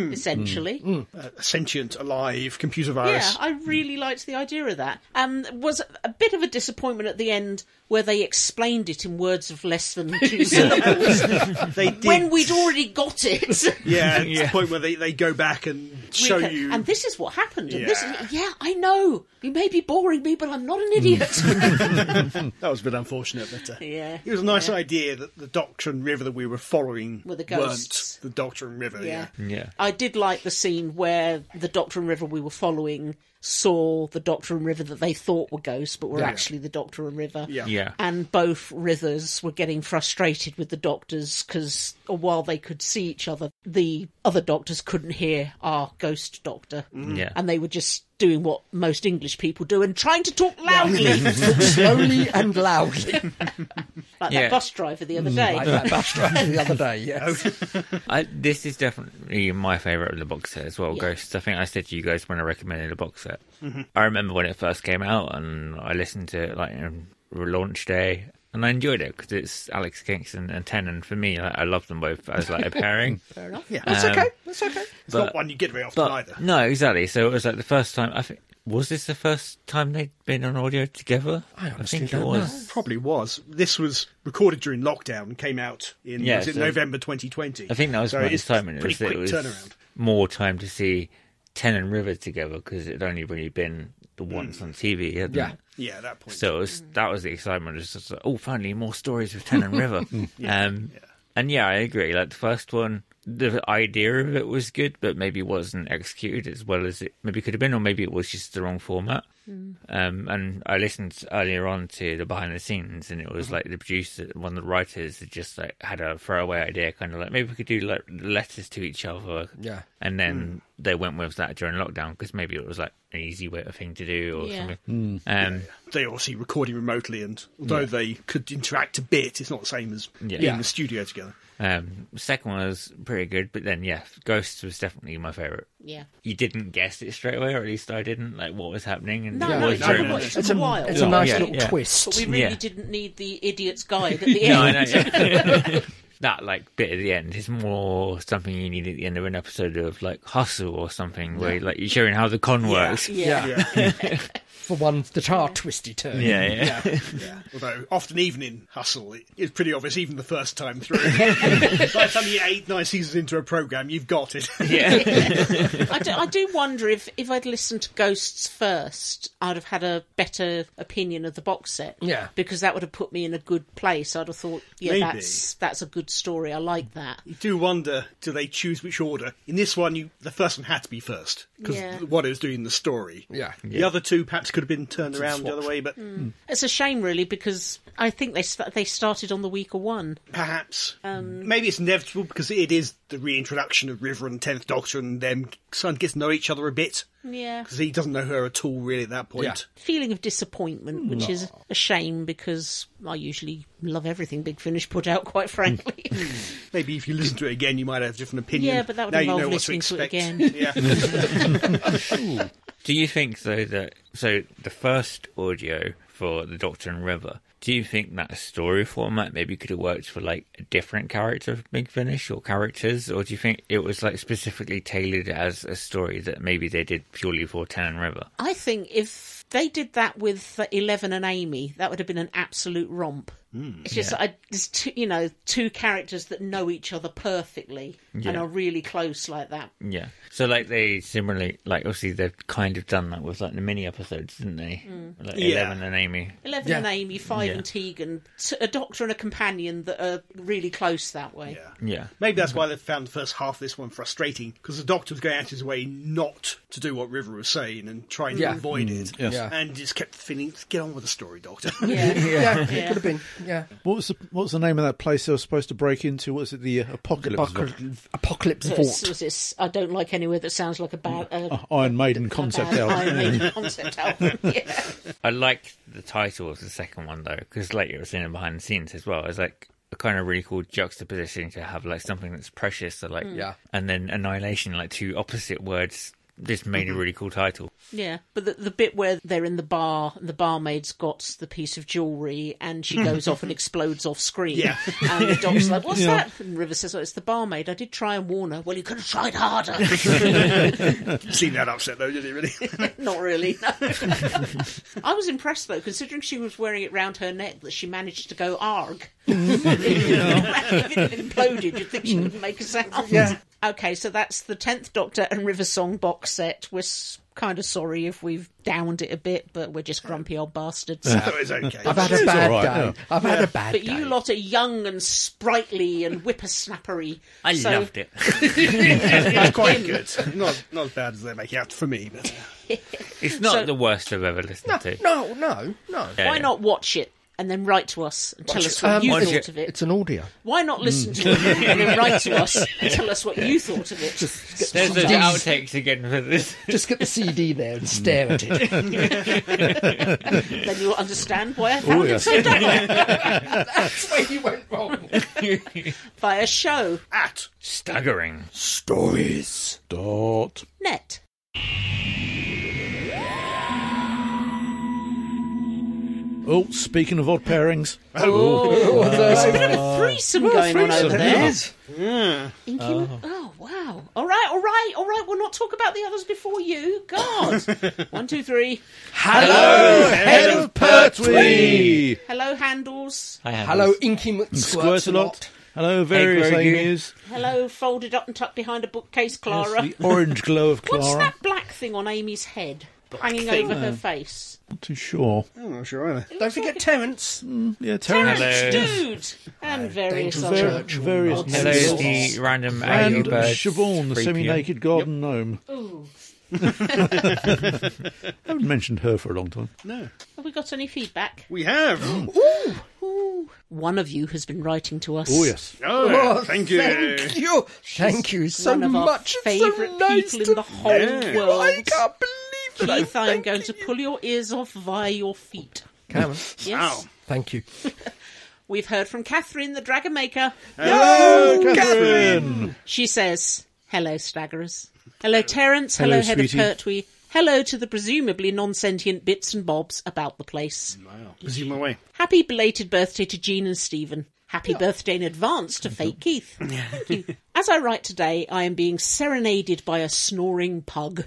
essentially. A sentient, alive computer Yeah, virus. I really liked the idea of that. Um, was a bit of a disappointment at the end where they explained it in words of less *laughs* than two syllables they did. when we'd already got it. *laughs* yeah, it's the point where they, they go back and We *laughs* show can- you. And this is what happened. And this Yeah. is, yeah, I know. You may be boring me, but I'm not an *laughs* idiot. that was a bit unfortunate, but uh, Yeah, it was a nice yeah. idea that the Doctor and River that we were following Were the ghosts. weren't the Doctor and River. Yeah, Yeah. I did like the scene where the Doctor and River we were following saw the Doctor and River that they thought were ghosts, but were actually the Doctor and River. yeah, Yeah. And both Rivers were getting frustrated with the doctors because while they could see each other, the other doctors couldn't hear our ghost doctor. Mm. Yeah. And they were just doing what most English people do and trying to talk *laughs* loudly. Slowly and loudly, like Yeah. that bus driver the other day. Mm. like that bus driver the other day. Yes. I, this is definitely my favourite of the box set as well, Ghosts. I think I said to you guys when I recommended the box set. I remember when it first came out and I listened to it like on launch day and I enjoyed it because it's Alex Kingston and Tennant. For me, like, I love them both as like a pairing. Um, That's okay. Oh, That's okay. it's not one you get very often But- either. No, exactly. So it was like the first time. I think was this the first time they'd been on audio together? I, honestly think don't it know. was. Probably was. This was recorded during lockdown and came out in Yeah, was it so- November 2020. I think that was so my it's excitement. Pretty was that quick it was turnaround. More time to see Ten and River together because it'd only really been the once on TV. Hadn't Yeah. It? Mm. Yeah, at that point. So it was, that was the excitement. It was just like, oh, finally more stories with Ten and River. um, And yeah, I agree. Like the first one, the idea of it was good, but maybe wasn't executed as well as it maybe could have been, or maybe it was just the wrong format. Um, and I listened earlier on to the behind the scenes, and it was like the producer, one of the writers, had just like had a throwaway idea, kind of like maybe we could do like letters to each other. Yeah. And then they went with that during lockdown because maybe it was like an easy way of thing to do or Yeah. something. Um, they obviously recording remotely, and although they could interact a bit, it's not the same as Yeah. being in Yeah. the *laughs* studio together. Um, second one was pretty good, but then yeah, Ghosts was definitely my favorite. Yeah. You didn't guess it straight away, or at least I didn't. Like what was happening, and No, it no, was no, very no, much. It's It's a a, wild. it's a nice Yeah, little yeah. twist. But we really Yeah. didn't need the idiot's guide at the No, end. I *laughs* know. *laughs* that like bit at the end is more something you need at the end of an episode of like Hustle or something, where like you're showing how the con works. Yeah. For ones that are twisty turns. *laughs* *laughs* Yeah, yeah. Although often even in Hustle, it, it's pretty obvious even the first *laughs* time through. By the time you get eight, nine seasons into a program, you've got it. I, do, I do wonder if, if I'd listened to Ghosts first, I'd have had a better opinion of the box set. Yeah. Because that would have put me in a good place. I'd have thought, yeah, Maybe. that's that's a good story. I like that. you do wonder, do they choose which order? In this one, you the first one had to be first because Yeah. what it was doing the story. Yeah. The other two perhaps could have been turned around the other way, but It's a shame, really, because I think they st- they started on the weaker one. perhaps Um, maybe it's inevitable because it is the reintroduction of River and Tenth Doctor, and them son gets to know each other a bit Yeah. because he doesn't know her at all really at that point. Feeling of disappointment, which is a shame because I usually love everything Big Finish put out, quite frankly. Maybe if you listen to it again, you might have a different opinion. Yeah, but that would now involve you know listening to what it to, expect. *laughs* Yeah. *laughs* Do you think though that so the first audio for the Doctor and River? Do you think that story format maybe could have worked for like a different character of Big Finish or characters, or do you think it was like specifically tailored as a story that maybe they did purely for Town and River? I think if they did that with uh, Eleven and Amy, that would have been an absolute romp. it's just I, there's two, you know, two characters that know each other perfectly and Yeah. are really close like that. Yeah. So like they similarly like obviously they've kind of done that with like the mini episodes, didn't they? Like Yeah. Eleven and Amy. Eleven Yeah. and Amy, Five and Tegan, t- a doctor and a companion that are really close that way. Yeah. Yeah. Maybe that's why they found the first half of this one frustrating because the Doctor was going out of his way not to do what River was saying and trying Yeah. to avoid it, Yeah. and just kept feeling, "Get on with the story, Doctor." Yeah. *laughs* Yeah, it could have been. Yeah. What's the What's the name of that place they were supposed to break into? What's it? The uh, Apocalypse. Apocalypse, Apocalypse So it's- Vault. it's- it's- I don't like anywhere that sounds like a bad, uh, Oh, Iron Maiden concept bad *laughs* Iron album. Maiden concept album. *laughs* Yeah. I like the title of the second one though, because later it's in and behind the scenes as well. It's like a kind of really cool juxtaposition to have like something that's precious, so like Yeah. and then annihilation, like two opposite words. This made a Mm-hmm. really cool title. Yeah, but the, the bit where they're in the bar, and the barmaid's got the piece of jewellery, and she goes off and explodes off screen. Yeah. And the doc's like, What's Yeah. that? And River says, Oh, it's the barmaid. I did try and warn her. Well, you could have tried harder. Seemed that upset though, did it really? *laughs* Not *laughs* really, no. I was impressed, though, considering she was wearing it round her neck, that she managed to go arg. *laughs* if it had imploded, you'd think she couldn't make a sound. Yeah. Okay, so that's the 10th Doctor and River Song box set. We're s- kind of sorry if we've downed it a bit, but we're just grumpy old *laughs* bastards. so it's okay. I've had a It's bad all right, day. I've had a bad But day. you lot are young and sprightly and whippersnappery. I so loved it. It's *laughs* quite good. Not not as bad as they make out for me, but *laughs* uh, It's not So- the worst I've ever listened to. No, no, no. Yeah, Why yeah. not watch it and then write to us and tell us what Um, you watch thought it. of it? It's an audio. Why Mm. not listen to it and then write to *laughs* us and tell us what you thought of it? There's those Sometimes- outtakes again for this. *laughs* Just get the CD there and stare at it. then you'll understand why I found yes. *laughs* it so dull Oh, That's where you went wrong. *laughs* via show at Staggering. Stories. Dot. net. Oh, speaking of odd pairings, Uh, There's a bit of a threesome going on over threesome, there. yeah. Inky- oh. wow! All right, all right, all right. We'll not talk about the others before you. God, *laughs* one, two, three. Hello, head of Pertwee. Hey, Hello, handles. I have Hello, Inky McSquirt. squirt a lot. Hello, various Grogu. Amy's. Hello, folded up and tucked behind a bookcase, Clara. The orange glow of What's Clara. that black thing on Amy's head, hanging thing? over her Hmm. face? Not too sure. I'm not sure either. Don't forget Terence. Yeah, Terence. Hello. Dude, and various Danger other. Zone. Ver- various Hello, Hello, names. the random And Angry Birds Siobhan, the 3PM. semi-naked garden gnome. Ooh, I *laughs* haven't mentioned her for a long time. No, have we got any feedback? we have. Oh, Ooh, one of you has been writing to us. Oh yes, Oh, Oh, thank you. Thank you. Thank you so one of our much. It's so favourite nice people in to the whole Yeah. world. I can't believe that. Keith, I am going to thanking you. pull your ears off via your feet. Cameron, Yes. Wow. thank you. We've heard from Catherine, the Dragon Maker. Hello, Catherine. She says, Hello, Staggerers. Hello, Terence. Hello, Hello, Head sweetie. of Pertwee. Hello to the presumably non sentient bits and bobs about the place. Wow, is he my way? Happy belated birthday to Jean and Stephen. Happy birthday in advance to Fake Keith. Thank you. As I write today, I am being serenaded by a snoring pug.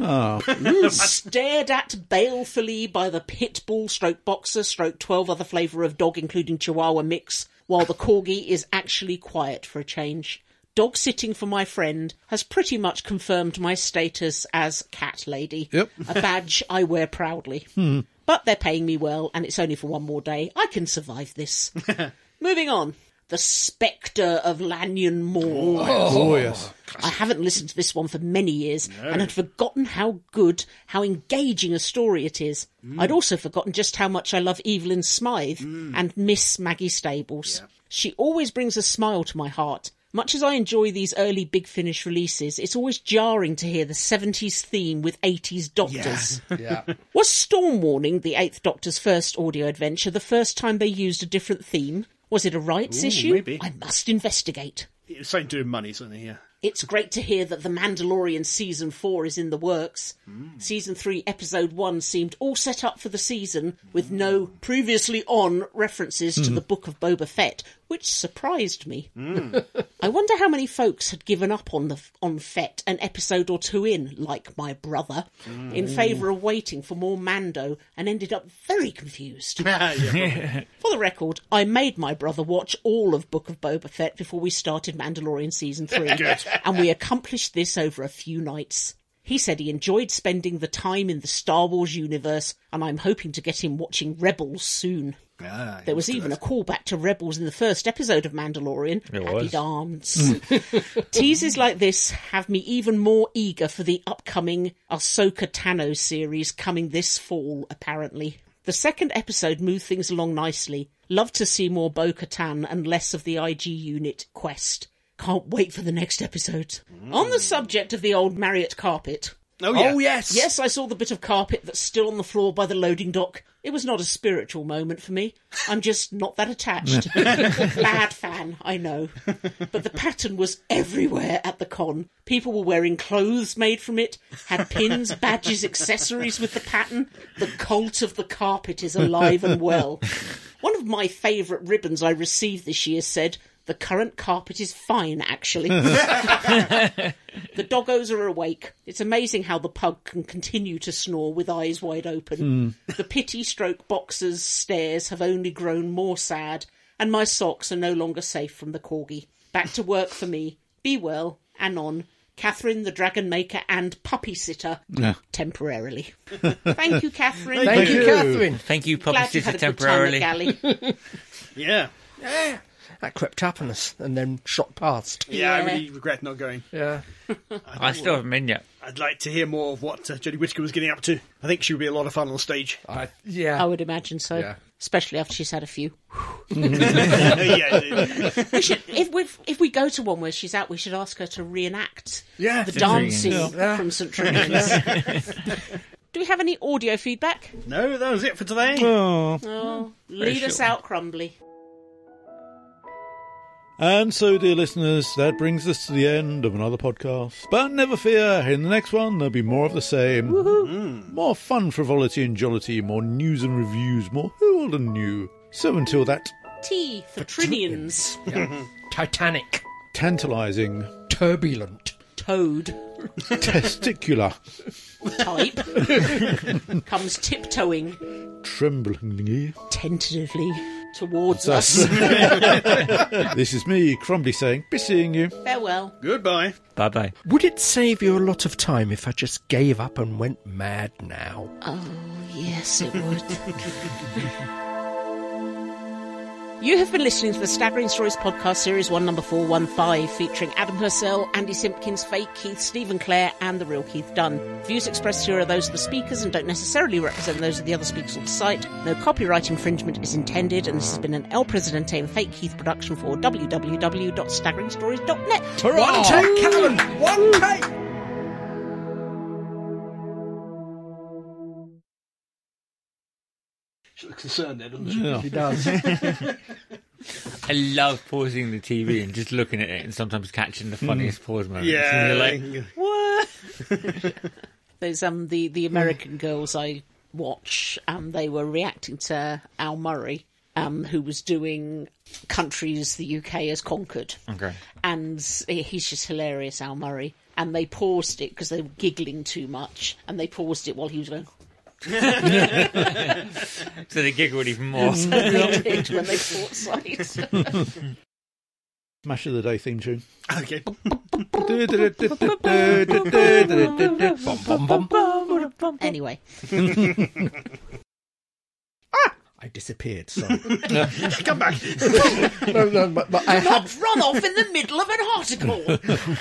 Stared at balefully by the pit bull stroke boxer stroke 12 other flavour of dog, including Chihuahua mix, while the corgi is actually quiet for a change. Dog sitting for my friend has pretty much confirmed my status as cat lady. Yep. a badge I wear proudly. But they're paying me well, and it's only for one more day. I can survive *laughs* this. Moving on. The Spectre of Lanyon Moor. Oh yes, I haven't listened to this one for many years and had forgotten how good, how engaging a story it is. Mm. I'd also forgotten just how much I love Evelyn Smythe and Miss Maggie Stables. She always brings a smile to my heart. Much as I enjoy these early Big Finish releases, it's always jarring to hear the 70s theme with 80s doctors. Yeah. Was Storm Warning the Eighth Doctor's first audio adventure the first time they used a different theme? Was it a rights issue? maybe. I must investigate. It's something to do with money, something. Yeah. *laughs* It's great to hear that The Mandalorian Season 4 is in the works. Season 3, Episode 1 seemed all set up for the season with no previously on references to the Book of Boba Fett, which surprised me. *laughs* I wonder how many folks had given up on the on Fett an episode or two in, like my brother, in favour of waiting for more Mando and ended up very confused. Ah, yeah. For the record, I made my brother watch all of Book of Boba Fett before we started Mandalorian season three, and we accomplished this over a few nights. He said he enjoyed spending the time in the Star Wars universe, and I'm hoping to get him watching Rebels soon. Ah, There was even a callback to Rebels in the first episode of Mandalorian. Happy was. dance. *laughs* Teases like this have me even more eager for the upcoming Ahsoka Tano series coming this fall, apparently. The second episode moved things along nicely. Love to see more Bo Katan and less of the IG unit quest. Can't wait for the next episode. On the subject of the old Marriott carpet, Oh, yeah. Oh yes, Yes, I saw the bit of carpet that's still on the floor by the loading dock. It was not a spiritual moment for me. I'm just not that attached. *laughs* Bad fan, I know. But the pattern was everywhere at the con. People were wearing clothes made from it, had pins, badges, accessories with the pattern. The cult of the carpet is alive and well. One of my favourite ribbons I received this year said, The current carpet is fine, actually. The doggos are awake. It's amazing how the pug can continue to snore with eyes wide open. The pity stroke boxer's stares have only grown more sad, and my socks are no longer safe from the corgi. Back to work for me. Be well. Anon. Catherine the Dragon Maker and Puppy Sitter. Temporarily. *laughs* Thank you, Catherine. Thank, Thank you, you. Catherine. Thank you, Puppy Glad you Sister, had a good time at temporarily. Galley. Yeah. That crept up on us and then shot past. Yeah, I Yeah. really regret not going. Yeah. I still haven't been yet. I'd like to hear more of what uh, Jodie Whittaker was getting up to. I think she would be a lot of fun on stage. *laughs* I, yeah. I would imagine so. Yeah. Especially after she's had a few. yeah, yeah. We should, if we if we go to one where she's out, we should ask her to reenact Yeah. the dancing Yeah. from *laughs* St. Trinian's. Do we have any audio feedback? No, that was it for today. Oh. Oh, lead us short. out, Crumbly. And so, dear listeners, that brings us to the end of another podcast. But never fear, in the next one, there'll be more of the same. Mm. More fun, frivolity, and jollity, more news and reviews, more old and new. So, until that T for Trinians. Titanic. tantalizing, Turbulent. Toad testicular, type *laughs* comes tiptoeing trembling, tentatively towards That's us. this is me, Crumbly, saying, be seeing you. Farewell. Goodbye. Bye bye. Would it save you a lot of time if I just gave up and went mad now? Oh, Yes, it would. *laughs* you have been listening to the Staggering Stories podcast, series one, number 415, featuring Adam Purcell, Andy Simpkins, Fake Keith, Stephen Clare, and the real Keith Dunn. Views expressed here are those of the speakers and don't necessarily represent those of the other speakers on the site. No copyright infringement is intended, and this has been an El Presidente and Fake Keith production for www.staggeringstories.net. Oh. One take, Callum! One take! She looks concerned there, doesn't she? He does. I love pausing the TV and just looking at it and sometimes catching the funniest pause moments. Yeah. And you're like, There's um the the American girls I watch, and they were reacting to Al Murray, um, who was doing countries the UK has conquered, okay. and he's just hilarious, Al Murray. And they paused it because they were giggling too much, and they paused it while he *laughs* was going. So they giggled even more. they did *laughs* when they caught sight. Mash of the Day theme tune. okay. Bum, bum. anyway, I disappeared, *laughs* sorry. Come back. *laughs* no, no, but, but I, had, not run off in the middle of an article.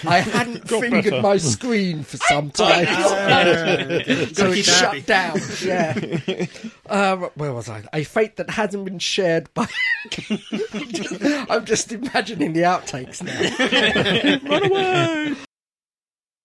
I hadn't fingered better. my screen for some time. *laughs* so Gotta it keep shut happy. down. Yeah. uh, where was I? A fate that hasn't been shared by. *laughs* I'm just imagining the outtakes now.